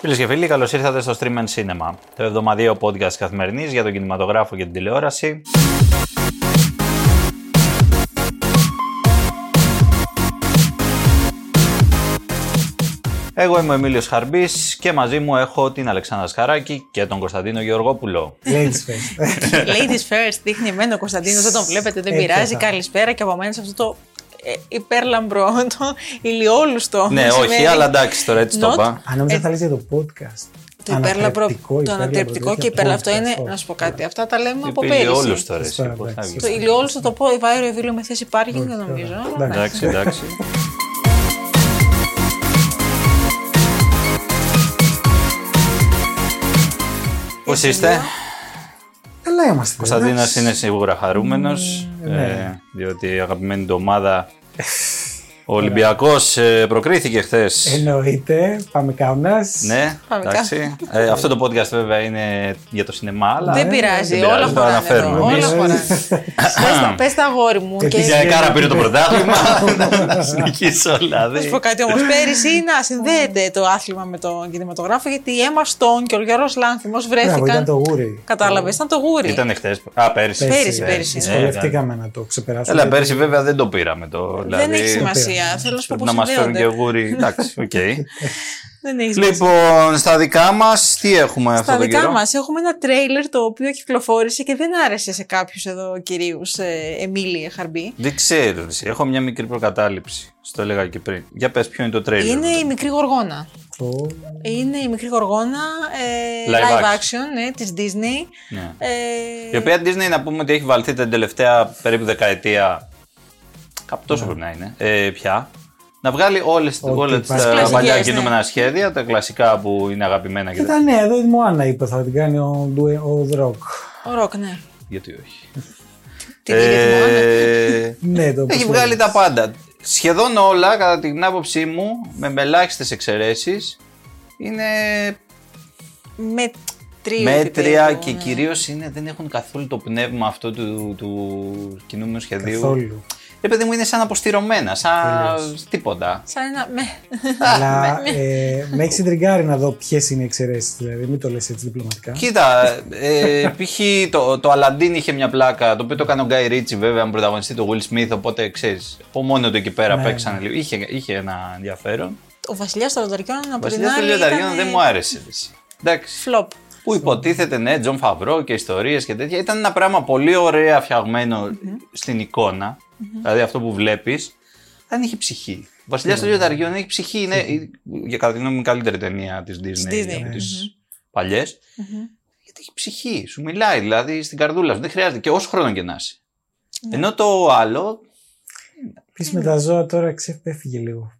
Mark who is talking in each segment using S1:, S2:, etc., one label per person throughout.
S1: Φίλες και φίλοι, καλώς ήρθατε στο Stream and Cinema, το εβδομαδιαίο podcast καθημερινής για τον κινηματογράφο και την τηλεόραση. Εγώ είμαι ο Εμίλιος Χαρμπής και μαζί μου έχω την Αλεξάνδρα Σκαράκη και τον Κωνσταντίνο Γεωργόπουλο.
S2: Ladies first.
S3: Ladies first, δείχνει εμένα ο Κωνσταντίνος, δεν τον βλέπετε, δεν
S2: Έπιασα.
S3: πειράζει. Καλησπέρα και από μένα σε αυτό το ε, υπέρλαμπρο, το ηλιόλουστο. δηλαδή,
S1: ναι, όχι,
S3: μεσημέρι.
S1: αλλά εντάξει τώρα έτσι το
S3: Not-
S1: είπα.
S2: Αν νόμιζα θα λες για το podcast.
S3: Ε, Το υπέρλαμπρο, το
S2: υπέρλαμπρο,
S3: ανατρεπτικό
S2: τέτοια
S3: και υπέρλαμπρο. Αυτό
S2: podcast,
S3: είναι,
S2: όχι.
S3: να σου πω κάτι, αυτά τα λέμε από
S1: Είπε ηλιόλουστο
S3: πέρυσι.
S1: τώρα. εσύ,
S2: Σωστά,
S1: πώς θα
S2: εντάξει.
S1: βγεις.
S3: Το ηλιόλουστο το πω, η Βάιρο Εβίλιο με θέση πάρκινγκ δεν
S2: Όχι,
S3: νομίζω.
S2: τώρα.
S3: αλλά
S2: Εντάξει.
S3: ναι.
S1: Εντάξει, εντάξει. Πώς είστε,
S2: Καλά είμαστε.
S1: Κωνσταντίνας είναι σίγουρα χαρούμενος,
S3: Ναι.
S1: ε, διότι η αγαπημένη του ομάδα ο Ολυμπιακός προκρίθηκε χθες.
S2: Εννοείται, πάμε κάουνα.
S1: Ναι,
S3: Πάμε
S1: εντάξει. Ε, αυτό το podcast βέβαια είναι για το σινεμά, αλλά. ε,
S3: Δεν πειράζει, όλα
S1: πειράζει, το
S3: χωράνε εδώ.
S1: αναφέρουμε
S3: Όλα
S2: εμείς.
S3: χωράνε.
S2: Ε,
S3: Πες τα- Πες τα αγόρι μου
S2: Και
S3: και
S2: τι
S1: Η Κάρα πήρε το
S2: Ναι.
S1: πρωτάθλημα. Να συνεχίσω δηλαδή. όλα.
S3: Να
S1: δεν-
S3: σου πω κάτι όμως. Πέρυσι να συνδέεται το άθλημα με τον κινηματογράφο γιατί η Έμα Στόν και ο Γιώργος Λάνθιμο
S2: Μπράβο, ήταν το
S3: βρέθηκαν.
S2: γούρι.
S3: Κατάλαβες, ήταν το γούρι.
S1: Ήταν χθες. Α, πέρυσι.
S3: Πέρυσι, πέρυσι.
S1: ναι, ήταν.
S2: Δυσκολευτήκαμε να το ξεπεράσουμε.
S1: Έλα, πέρυσι βέβαια δεν το πήραμε το.
S3: Δεν έχει
S2: πέρα.
S3: σημασία. Θέλω να σου πω
S1: Πρέπει δηλαδή, να μα
S3: πώ
S1: φέρουν και
S3: συνδέονται.
S1: γούρι. Εντάξει, οκ.
S3: Δεν έχει σημασία.
S1: Λοιπόν, στα δικά μας, τι έχουμε αυτό
S3: Στα
S1: το
S3: δικά
S1: καιρό.
S3: μας έχουμε ένα τρέιλερ το οποίο κυκλοφόρησε και δεν άρεσε σε κάποιους εδώ κυρίους ε, Εμίλη Χαρμπή.
S1: Δεν ξέρω. εσύ. Έχω μια μικρή προκατάληψη. Στο έλεγα και πριν. Για πες, ποιο είναι το τρέιλερ. ναι.
S3: Είναι
S1: τότε.
S3: η μικρή γοργόνα.
S2: Το-
S3: Είναι η μικρή γοργόνα ε,
S1: Live
S3: live,
S1: action.
S3: action ναι, της Disney.
S1: Ναι.
S3: Ε,
S1: Η οποία Disney να πούμε ότι έχει βαλθεί την τελευταία περίπου δεκαετία. Κάπου τόσο
S3: Ναι.
S1: πρέπει να είναι. Ε, πια. Να βγάλει όλες,
S2: Ό,τι
S1: όλα τις-
S2: υπάρχει.
S1: τα
S3: Τις
S1: παλιά
S3: κλασικές,
S1: κινούμενα σχέδια, τα κλασικά που είναι αγαπημένα και τα-
S2: Ήταν ναι, εδώ η Μωάνα είπε θα την κάνει ο, Ντουε- ο Δροκ.
S3: Ο Ροκ, ναι.
S1: Γιατί όχι.
S3: Την ίδια τη Μωάνα.
S1: Ε,
S2: Ναι, το
S1: έχει
S2: πώς
S1: βγάλει
S2: λέει.
S1: τα πάντα. Σχεδόν όλα, κατά την άποψή μου, με μελάχιστες εξαιρέσεις, είναι
S3: με τρία
S1: μέτρια
S3: επίπεδο,
S1: και
S3: ναι.
S1: κυρίως κυρίω δεν έχουν καθόλου το πνεύμα αυτό του, του κινούμενου σχεδίου.
S2: Καθόλου.
S1: Ρε παιδί μου, είναι σαν αποστηρωμένα, σαν τίποτα.
S3: Σαν ένα. Με.
S2: Αλλά
S1: ναι.
S2: ε, με έχεις συντριγκάρει να δω ποιες είναι οι εξαιρέσεις. Δηλαδή, μην το λες έτσι διπλωματικά.
S1: Κοίτα, ε, π.χ. το, το Aladdin είχε μια πλάκα, το οποίο το έκανε ο Γκάι Ρίτσι βέβαια με πρωταγωνιστή του Will Smith, οπότε ξέρεις, από μόνο του εκεί πέρα
S2: Ναι.
S1: παίξανε λίγο. Είχε, είχε ένα ενδιαφέρον.
S3: Ο βασιλιάς των Λιονταριών
S1: Ο
S3: από την
S1: Βασιλιάς των
S3: άλλη.
S1: Λιονταριών
S3: ήταν,
S1: δεν
S3: ε,
S1: μου άρεσε. έτσι. Εντάξει.
S3: Φλοπ.
S1: Που υποτίθεται, ναι, Τζον Φαβρό και ιστορίες και τέτοια. Ήταν ένα πράγμα πολύ ωραία φτιαγμένο στην εικονα Δηλαδή αυτό που βλέπεις. Δεν είχε ψυχή. Ο Βασιλιά των Λιονταριών έχει ψυχή. Είναι, για κατά τη γνώμη μου, η καλύτερη ταινία της Disney,
S3: Disney.
S1: από
S3: Ναι.
S1: τις παλιε Γιατί έχει ψυχή. Σου μιλάει δηλαδή στην καρδούλα σου. Δεν χρειάζεται και όσο χρόνο και να είσαι. Ενώ το άλλο.
S2: Επίση με τα ζώα τώρα ξεφεύγει λίγο.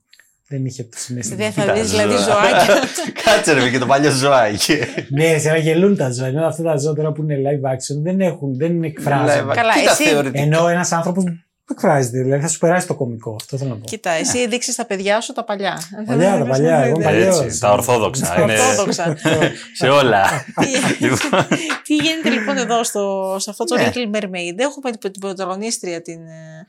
S2: Δεν είχε το συνέστημα.
S3: Δεν θα
S1: τα
S3: δεις δηλαδή
S1: ζώα.
S3: ζωάκια.
S1: Κάτσε ρε, και το παλιό ζωάκι.
S2: Ναι, ρε, σε να γελούν τα ζώα. Ενώ αυτά τα ζώα τώρα που είναι live action δεν έχουν, δεν εκφράζονται.
S3: Καλά,
S1: Κοίτα,
S3: εσύ-
S1: θεωρητικά.
S2: Ενώ ένας άνθρωπος που εκφράζεται, δηλαδή θα σου περάσει το κωμικό. Αυτό θέλω να πω.
S3: Κοίτα, εσύ δείξει τα παιδιά σου τα παλιά.
S2: Ναι. Παλιά, τα παλιά, εγώ είμαι παλιός.
S1: Έτσι, τα ορθόδοξα. είναι
S3: ε, Ορθόδοξα.
S1: σε όλα. Ναι. Λοιπόν.
S3: Τι γίνεται λοιπόν εδώ στο, σε αυτό το
S1: Ναι.
S3: Little Mermaid. Έχουμε την- την πρωταγωνίστρια την ε,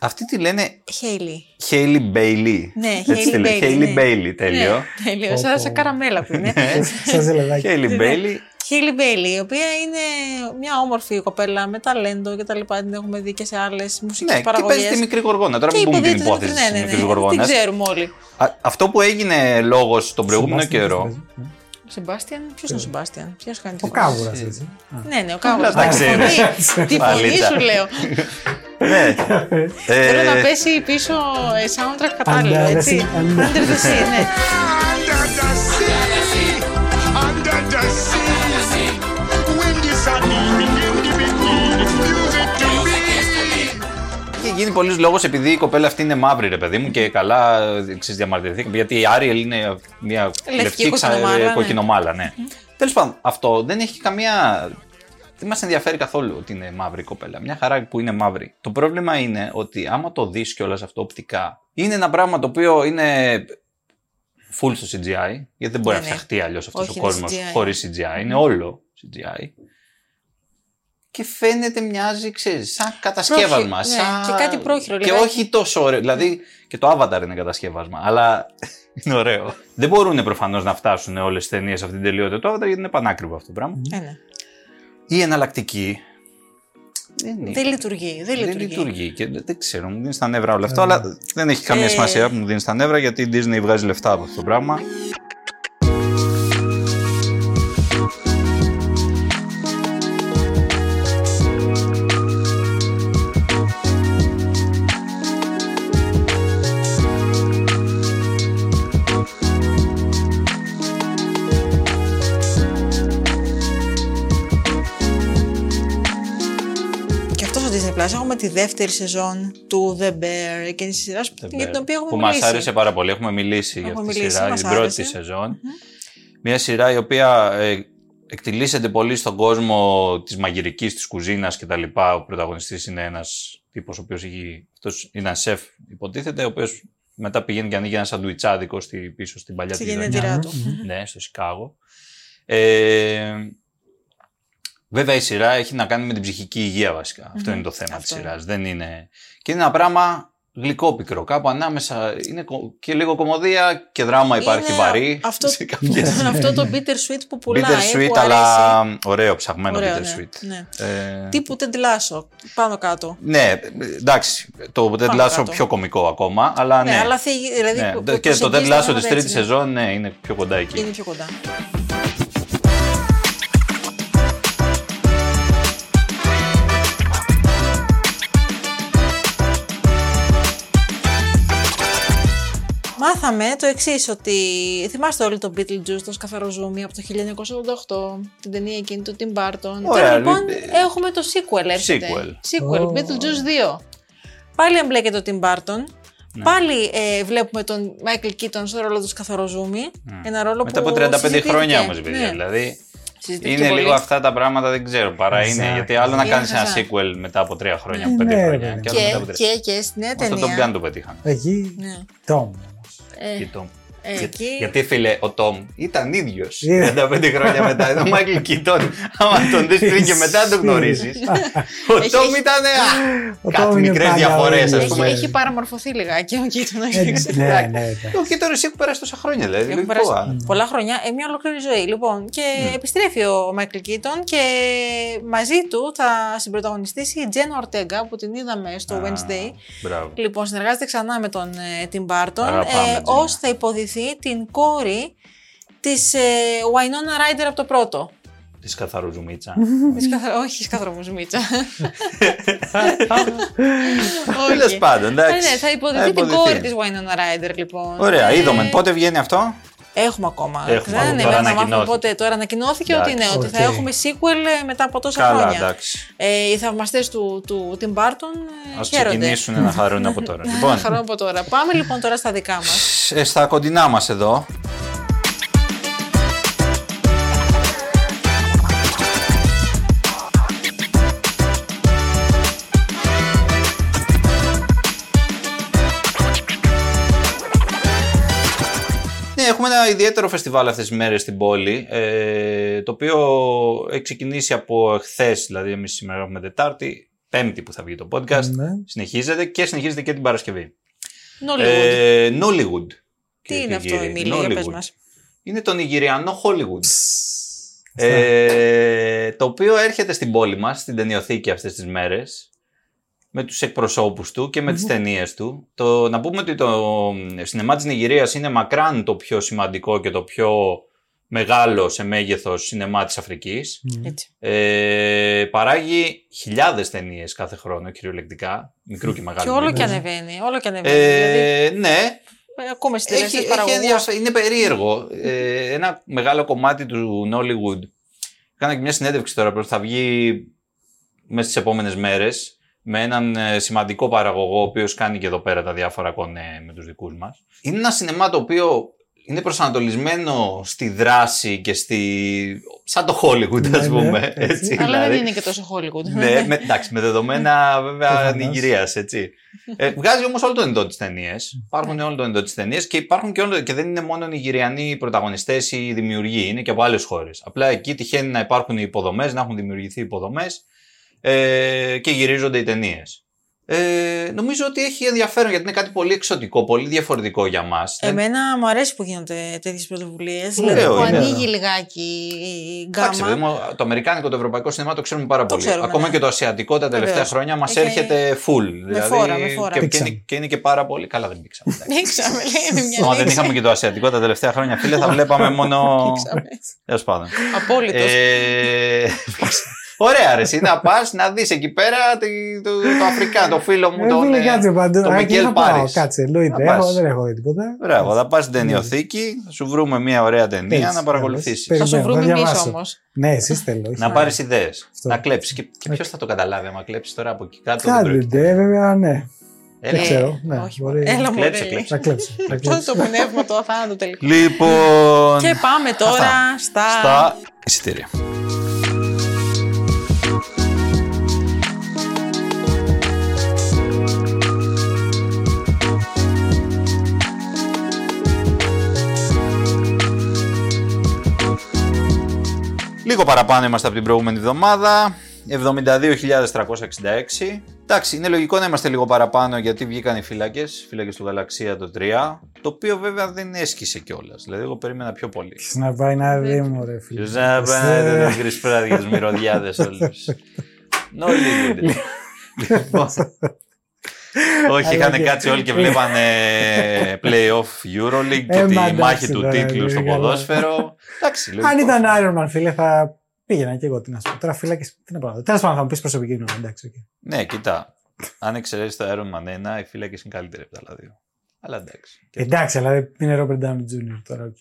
S1: Αυτή τη λένε
S3: Hailey.
S1: Χέιλι Μπέιλι.
S3: Ναι, Hailey Bailey,
S1: Χέιλι
S3: ναι.
S1: Μπέιλι, τέλειο.
S3: Ναι, Τέλειο, σαν σε καραμέλα που είναι.
S1: Ναι.
S2: Σα ζελεδάκι.
S3: Ναι.
S1: Χέιλι Μπέιλι.
S3: Χίλι Μπέιλι, η οποία είναι μια όμορφη κοπέλα με ταλέντο και τα λοιπά. Την έχουμε δει και σε άλλες μουσικές
S1: Ναι, και
S3: παραγωγέ.
S1: παίζει τη μικρή γοργόνα. Τώρα μην πούμε την υπόθεση
S3: Ναι,
S1: τη μικρή
S3: Την
S1: γοργόνα.
S3: ξέρουμε όλοι.
S1: Αυτό που έγινε λόγος τον προηγούμενο καιρό.
S3: Ο Σεμπάστιαν, ποιος είναι ο Σεμπάστιαν, ποιος κάνει τη
S2: Ο
S3: φωνή?
S2: κάβουρας, έτσι. Α.
S3: Ναι, ναι, ο Κάβουρας.
S1: Τα ξέρεις.
S3: Τη φωνή
S1: Παλίτσα.
S3: σου λέω.
S1: Ναι. Ε,
S3: Θέλω να πέσει πίσω ε, soundtrack κατάλληλο,
S2: Under the
S3: έτσι.
S2: sea, under-
S3: Under the sea, ναι.
S4: Under the sea, under the sea. When this I need, you give it me, music to me.
S1: Είχε γίνει πολλής λόγος επειδή η κοπέλα αυτή είναι μαύρη, ρε παιδί μου, και καλά ε, ξέρεις, διαμαρτυρηθήκαμε. Γιατί η Άριελ είναι μια
S3: Λευκή
S1: λευκή ξα-
S3: κοκκινομάλα,
S1: ε,
S3: ναι.
S1: κοκκινομάλα. Ναι. Τέλος πάντων, αυτό δεν έχει καμία. Δεν μας ενδιαφέρει καθόλου ότι είναι μαύρη η κοπέλα. Μια χαρά που είναι μαύρη. Το πρόβλημα είναι ότι άμα το δεις κιόλας αυτό οπτικά, είναι ένα πράγμα το οποίο είναι full στο CGI, γιατί δεν μπορεί
S3: Ναι,
S1: να
S3: ναι.
S1: φτιαχτεί αλλιώς αυτός
S3: Όχι,
S1: ο
S3: είναι
S1: κόσμος
S3: CGI.
S1: χωρίς CGI. Είναι όλο CGI. και φαίνεται, μοιάζει, ξέρεις, σαν κατασκεύασμα.
S3: Πρόχειρο,
S1: σαν...
S3: ναι, και κάτι πρόχειρο,
S1: Και
S3: λιγάκι.
S1: όχι τόσο ωραίο. Δηλαδή και το Avatar είναι κατασκεύασμα, αλλά είναι ωραίο. Δεν μπορούν προφανώς να φτάσουν όλες τι ταινίες σε αυτήν την τελειότητα του Avatar γιατί είναι πανάκριβο αυτό το πράγμα.
S3: Ε, ναι.
S1: Η εναλλακτική. Δεν, είναι.
S3: Δεν λειτουργεί. Δεν
S1: Ναι. Δεν
S3: λειτουργεί. Ε,
S1: λειτουργεί. Και δεν, δεν ξέρω, μου δίνει τα νεύρα όλο αυτό, αλλά δεν έχει καμία σημασία που μου δίνει τα νεύρα γιατί η Disney βγάζει λεφτά από αυτό το πράγμα.
S3: Και αυτό στο Disney Plus έχουμε τη δεύτερη σεζόν του The Bear, εκείνη τη σειρά για την οποία έχουμε
S1: που
S3: μιλήσει.
S1: μα άρεσε πάρα πολύ. Έχουμε μιλήσει για
S3: Έχουμε
S1: αυτή τη
S3: μιλήσει,
S1: σειρά,
S3: μας
S1: την πρώτη
S3: άρεσε.
S1: της σεζόν. Μια σειρά η οποία ε, εκτιλήσεται πολύ στον κόσμο της μαγειρικής, της κουζίνας κτλ. Ο πρωταγωνιστής είναι ένας τύπος ο οποίος έχει. Αυτός είναι ένας σεφ, υποτίθεται, ο οποίος μετά πηγαίνει και ανοίγει ένα σαντουιτσάδικο στη, πίσω στην παλιά
S3: Στη
S1: της γειτονιά.
S3: γενέτειρά του.
S1: Ναι, στο Σικάγο. Ε, βέβαια η σειρά έχει να κάνει με την ψυχική υγεία βασικά. Αυτό
S3: Μμμ.
S1: είναι το θέμα της
S3: Αυτό είναι.
S1: σειράς. Δεν είναι... Και είναι ένα πράγμα γλυκό πικρό. Κάπου ανάμεσα είναι κο- και λίγο κομμωδία και δράμα υπάρχει
S3: Είναι
S1: βαρύ.
S3: αυτό-
S1: σε κάποιες.
S3: αυτό το bitter sweet που πουλάει.
S1: bitter sweet,
S3: που αρέσει.
S1: αλλά ωραίο ψαγμένο
S3: Ωραίο,
S1: bitter
S3: ναι,
S1: sweet.
S3: ναι.
S1: Ε,
S3: Τύπου Ted Lasso, πάνω κάτω.
S1: ναι, εντάξει, το Ted
S3: Πάμε
S1: Lasso
S3: κάτω.
S1: πιο κωμικό ακόμα, αλλά
S3: Ναι,
S1: ναι.
S3: αλλά θίγει, δηλαδή.
S1: Ναι,
S3: που-
S1: δε-
S3: που
S1: Και το Ted
S3: προσεγγίζει τα
S1: Lasso
S3: θέματα
S1: της τρίτης
S3: έτσι, ναι.
S1: σεζόν, ναι, είναι πιο κοντά εκεί.
S3: Είναι πιο κοντά. Μάθαμε το εξής, ότι θυμάστε όλοι το Beetlejuice, το σκαθαροζούμι από το 1988, την ταινία εκείνη του Tim Burton.
S1: Ωραία,
S3: Τώρα λοιπόν
S1: λι-
S3: έχουμε το sequel έρχεται.
S1: Sequel.
S2: Ω.
S3: Beetlejuice 2. Πάλι εμπλέκεται ο Tim Burton.
S1: Ναι.
S3: Πάλι ε, βλέπουμε τον Michael Keaton στο ρόλο του Σκαθαροζούμι.
S1: Ναι.
S3: Ένα ρόλο
S1: Μετά
S3: που
S1: από 35
S3: συζητήθηκε.
S1: χρόνια όμως, παιδιά.
S3: Ναι.
S1: Δηλαδή.
S3: Συζητήθηκε
S1: Είναι
S3: πολύ.
S1: λίγο αυτά τα πράγματα, δεν ξέρω παρά είναι.
S2: Exactly.
S1: Γιατί άλλο να
S3: Είναι
S1: κάνεις ένα
S3: χαζά.
S1: sequel μετά από τρία χρόνια, από
S2: Ναι,
S1: πέντε
S2: ρε,
S1: χρόνια.
S2: παιδί.
S1: Και άλλο μετά από
S3: Και,
S1: τρία.
S3: και, και στη νέα
S1: Αυτό το
S3: ταινία.
S1: Gun το πετύχαμε.
S2: Εκεί.
S3: Ναι.
S2: Τόμ.
S3: Ε,
S1: Και Tom.
S3: ε,
S1: Για-
S3: εκεί-
S1: Γιατί φίλε, ο Τόμ ήταν ίδιος
S2: Yeah.
S1: 35 χρόνια μετά. Ήταν ο Μάικλ Κιτόν. Άμα τον δεις πριν και μετά τον γνωρίζεις. Ο
S3: Έχει-
S1: Τόμ
S3: έχει-
S1: ήταν. α,
S2: Ο
S1: Κάτι
S2: Tom είναι
S1: μικρές
S2: πάντα
S1: διαφορές,
S2: ο
S1: ας
S2: ίδιος.
S3: έχει,
S1: πούμε.
S3: έχει παραμορφωθεί λιγάκι ο Keaton.
S2: Ε,
S3: έχει-
S2: Ναι, ναι, ναι.
S1: Ο Κιτόν εσύ που πέρασε τόσα χρόνια, δηλαδή.
S3: Έχουν
S1: λογικό,
S3: περάσει
S1: α. Ναι.
S3: πολλά χρόνια, ε, μια ολόκληρη ζωή. Λοιπόν, και επιστρέφει ο Μάικλ Κίτον και μαζί του θα συμπροταγωνιστήσει η Τζένα Ορτέγκα που την είδαμε στο Wednesday.
S1: Μπράβο.
S3: Λοιπόν, συνεργάζεται ξανά με τον ε, Τιμ Μπάρτον
S1: Αγαπάμε,
S3: ε,
S1: Τζένα.
S3: ως θα υποδηθεί την κόρη της ε, Winona Ράιντερ από το πρώτο.
S1: Της καθαρού ζουμίτσα.
S3: Της καθα- Όχι, καθαρόμως Μίτσα. Όχι.
S1: Τέλο πάντων,
S3: Ε,
S1: εντάξει.
S3: Ναι, θα υποδηθεί την κόρη της Winona Ράιντερ, λοιπόν.
S1: Ωραία,
S3: Ε,
S1: είδαμε. Πότε βγαίνει αυτό.
S3: Έχουμε ακόμα.
S1: Έχουμε,
S3: Δεν
S1: τώρα
S3: είναι, να μάθουμε
S1: ανακοινώθηκε.
S3: πότε. Τώρα ανακοινώθηκε
S1: Εντάξει,
S3: ότι, ναι, ότι θα
S2: οκ.
S3: έχουμε sequel ε, μετά από τόσα
S1: Καλά,
S3: χρόνια.
S1: εντάξει.
S3: Ε, οι θαυμαστές του, του Tim Burton ε,
S1: Ας
S3: χαίρονται.
S1: ξεκινήσουν να χαρούν από τώρα. λοιπόν,
S3: Χαρώ από τώρα. Πάμε λοιπόν τώρα στα δικά μας.
S1: ε, στα κοντινά μας εδώ. Ναι, έχουμε ένα ιδιαίτερο φεστιβάλ αυτές τις μέρες στην πόλη, ε, το οποίο έχει ξεκινήσει από χθε, δηλαδή εμείς σήμερα έχουμε Τετάρτη, Πέμπτη που θα βγει το podcast,
S2: Ναι.
S1: συνεχίζεται και συνεχίζεται και την Παρασκευή.
S3: Νόλιγουντ.
S1: Ε, Nollywood.
S3: Τι είναι αυτό,
S1: κύριοι,
S3: Εμίλη, για πες
S1: Nollywood.
S3: μας.
S1: Είναι το Νιγηριανό Hollywood.
S2: Ε,
S1: Ε, το οποίο έρχεται στην πόλη μας, στην ταινιοθήκη αυτές τις μέρες, με τους εκπροσώπους του και με τις ταινίες του. Το, να πούμε ότι το σινεμά της Νιγηρίας είναι μακράν το πιο σημαντικό και το πιο μεγάλο σε μέγεθος σινεμά της Αφρικής.
S2: ναι.
S3: Έτσι.
S1: Ε, παράγει χιλιάδες ταινίες κάθε χρόνο, κυριολεκτικά, μικρού και μεγάλου.
S3: Και όλο και
S1: μέγεθος.
S3: ανεβαίνει. Όλο και ανεβαίνει. δηλαδή,
S1: λοιπόν. ε, ναι,
S3: ε, ακούμε στι
S1: έχει,
S3: τελευταίε
S1: έχει
S3: παραγωγέ.
S1: ενδιαφέρον. Είναι περίεργο. Ε, ένα μεγάλο κομμάτι του Nollywood. Κάνα και μια συνέντευξη τώρα που θα βγει μέσα στις επόμενες μέρες με έναν ε, σημαντικό παραγωγό, ο οποίος κάνει και εδώ πέρα τα διάφορα κονέ με τους δικούς μας. Είναι ένα σινεμά το οποίο είναι προσανατολισμένο στη δράση και στη... σαν το Hollywood,
S2: Ναι,
S1: ας
S2: ναι,
S1: πούμε.
S2: έτσι.
S1: έτσι,
S3: Αλλά
S1: δηλαδή.
S3: δεν είναι και τόσο Hollywood.
S1: Ναι, με, εντάξει, με δεδομένα βέβαια
S2: Προφανώς.
S1: Νιγηρία, έτσι. Ε, βγάζει όμως όλο το ενδό της ταινίας. Υπάρχουν όλο το ενδό της ταινίας και υπάρχουν και, όλο, και δεν είναι μόνο Νιγηριανοί οι πρωταγωνιστές ή οι δημιουργοί, είναι και από άλλες χώρες. Απλά εκεί τυχαίνει να υπάρχουν οι υποδομές, να έχουν δημιουργηθεί υποδομές ε, και γυρίζονται οι ταινίες. Ε, νομίζω ότι έχει ενδιαφέρον γιατί είναι κάτι πολύ εξωτικό, πολύ διαφορετικό για μας.
S3: Ε, Εμένα μου αρέσει που γίνονται τέτοιες πρωτοβουλίες.
S1: Ωραίο
S3: Δηλαδή που
S1: είναι,
S3: ανοίγει λιγάκι η- η
S1: Ε, Εντάξει,
S3: γκάμα.
S1: παιδί μου, το αμερικάνικο, το ευρωπαϊκό σινεμά το ξέρουμε πάρα
S3: Το
S1: πολύ.
S3: ξέρουμε,
S1: Ακόμα
S3: ναι.
S1: και το ασιατικό τα τελευταία
S3: Βεβαίως.
S1: χρόνια μας
S3: Έχει-
S1: έρχεται full. Δηλαδή,
S3: φόρα, με φόρα.
S1: Και, και,
S2: Πήξαμε.
S1: είναι, και είναι και πάρα πολύ. Καλά, δεν πήξαμε. εντάξει.
S3: Ανοίξαμε, Ναι, λέει μια
S1: Άμα δεν
S3: ανοίξη.
S1: είχαμε και το ασιατικό τα τελευταία χρόνια, φίλε, θα βλέπαμε μόνο.
S3: Ανοίξαμε.
S1: Τέλος πάντων.
S3: Απόλυτος.
S1: Ε, Ωραία, ρε, εσύ να πας να δεις εκεί πέρα τη- το, το Αφρικά, το φίλο μου.
S2: Ε,
S1: τον,
S2: φίλε,
S1: ε,
S2: κάτσε παντού.
S1: τον
S2: Άκη,
S1: Μικέλ
S2: θα πάω.
S1: Πάρης.
S2: Κάτσε, εννοείται.
S1: Να
S2: Έχω-
S1: πας.
S2: Δεν έχω τίποτα.
S1: Μπράβο, θα πας στην ταινιοθήκη, θα σου βρούμε μια ωραία ταινία
S2: Ναι. Έτσι, ναι,
S1: να παρακολουθήσει.
S2: καλώς.
S3: Θα σου
S2: περιμένω,
S3: βρούμε
S2: θα
S3: εμείς
S2: διαβάσω.
S3: όμως.
S2: Ναι, εσύ θέλω. όχι.
S1: Να πάρεις
S3: Ναι.
S1: ιδέες,
S2: Αυτό. Ναι.
S1: να κλέψεις. Και, και ποιος θα το καταλάβει, άμα κλέψεις τώρα από εκεί κάτω. δεν
S2: Κάντε,
S1: πρόκειται.
S2: ντε, βέβαια, ναι.
S1: Έλα.
S2: Δεν ξέρω. ναι,
S3: Ε, όχι,
S2: μπορεί-
S3: Έλα μου,
S1: Κλέψε,
S3: ρε.
S1: κλέψε.
S2: Θα κλέψω. θα
S3: Αυτό
S2: κλέψω.
S3: είναι το πνεύμα του αθάνατου τελικά.
S1: Λοιπόν.
S3: Και πάμε τώρα στα.
S1: Στα εισιτήρια. Λίγο παραπάνω είμαστε από την προηγούμενη εβδομάδα. 72.366. Εντάξει, είναι λογικό να είμαστε λίγο παραπάνω γιατί βγήκαν οι φύλακες, φύλακες του Γαλαξία το 3, το οποίο βέβαια δεν έσκησε κιόλας. Δηλαδή, εγώ περίμενα πιο πολύ.
S2: Ποιος Να πάει να δει μου, ρε φίλε.
S1: Ποιος να
S2: Ε,
S1: πάνε τους γκρισπράδιες τους μυρωδιάδες όλους. No limit. Λοιπόν, Όχι,
S2: Αλλά
S1: είχαν
S2: και-
S1: κάτσει όλοι και βλέπανε playoff Euroleague και
S2: Ε, μα
S1: τη
S2: εντάξει,
S1: μάχη του
S2: τώρα,
S1: τίτλου στο
S2: είναι καλά.
S1: ποδόσφαιρο. Εντάξει,
S2: Αν
S1: λογικό.
S2: ήταν Iron Man, φίλε, θα πήγαινα και εγώ. Τι να σου πω. Τώρα φύλακες, τι να πάω. Τέλος πάντων, θα μου πεις προσωπική γνώμη. Εντάξει, οκ.
S1: Ναι, κοιτά. Αν εξαιρέσεις το Iron Man 1, οι φύλακες είναι καλύτεροι από τα άλλα δύο. Αλλά εντάξει. Και
S2: Εντάξει, αλλά δεν είναι Robert Downey Jr. τώρα, οκ.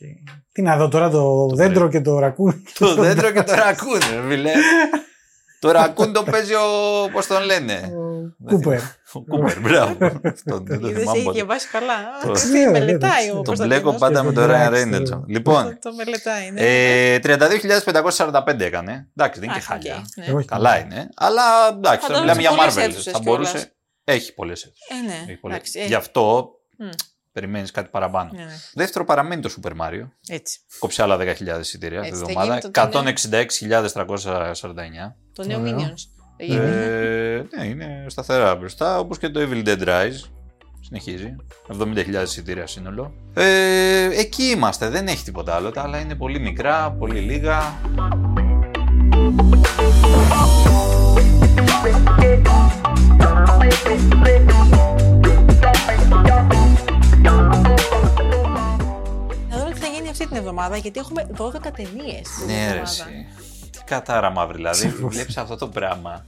S2: Τι να δω τώρα το δέντρο και το ρακούν.
S1: Το δέντρο και το ρακούν, ρε φίλε. Το ρακούν το παίζει ο. Πώς τον
S2: Ε,
S1: λένε.
S2: Κούπερ.
S1: Ο Κούπερ,
S2: Ε,
S1: μπράβο. Αυτόν δεν το
S3: Δεν
S1: θυμάμαι
S3: έχει
S1: πολύ.
S3: διαβάσει καλά.
S1: Το-
S3: Τι
S2: Ναι,
S3: μελετάει
S2: ναι,
S3: ο
S2: ναι.
S1: Τον
S2: Πώς
S1: μπλέκω
S3: Κωνσταντίνος.
S1: πάντα
S2: το
S1: με τον Ryan
S2: εντάξει,
S1: Reynolds.
S2: το-
S1: Λοιπόν,
S3: Το μελετάει, ναι.
S1: ε, 32.545 έκανε. Εντάξει, δεν είναι
S3: Α,
S1: και χάλια.
S3: οκ, ναι.
S2: Εγώ-
S1: Καλά είναι. Αλλά εντάξει, τώρα
S3: Φαντάζομαι
S1: μιλάμε για
S3: σε πολλές
S1: Marvel.
S3: αίθουσες
S1: Θα μπορούσε.
S3: κιόλας.
S1: Έχει πολλές αίθουσες.
S3: Ε, ναι. Εντάξει, ε,
S1: Γι' αυτό
S3: Μμ.
S1: περιμένεις κάτι παραπάνω.
S3: ναι, ναι.
S1: Δεύτερο παραμένει το Super Mario.
S3: Έτσι.
S1: Κόψε άλλα 10.000 εισιτήρια αυτή τη
S3: Έτσι, θα
S1: εβδομάδα.
S3: γίνει το
S1: 166.349.
S3: Το νέο
S2: Ωραίο.
S3: Minions. Το
S1: Ε,
S3: γεμίζει.
S1: ναι, είναι σταθερά μπροστά, όπως και το Evil Dead Rise. Συνεχίζει. 70.000 εισιτήρια σύνολο. Ε, εκεί είμαστε, δεν έχει τίποτα άλλο. Τα άλλα είναι πολύ μικρά, πολύ λίγα.
S3: Να δούμε τι θα γίνει αυτή την εβδομάδα, γιατί έχουμε 12 ταινίες.
S1: Ναι, ρε, εσύ. Τι κατάρα μαύρη, δηλαδή. Βλέπεις αυτό το πράγμα.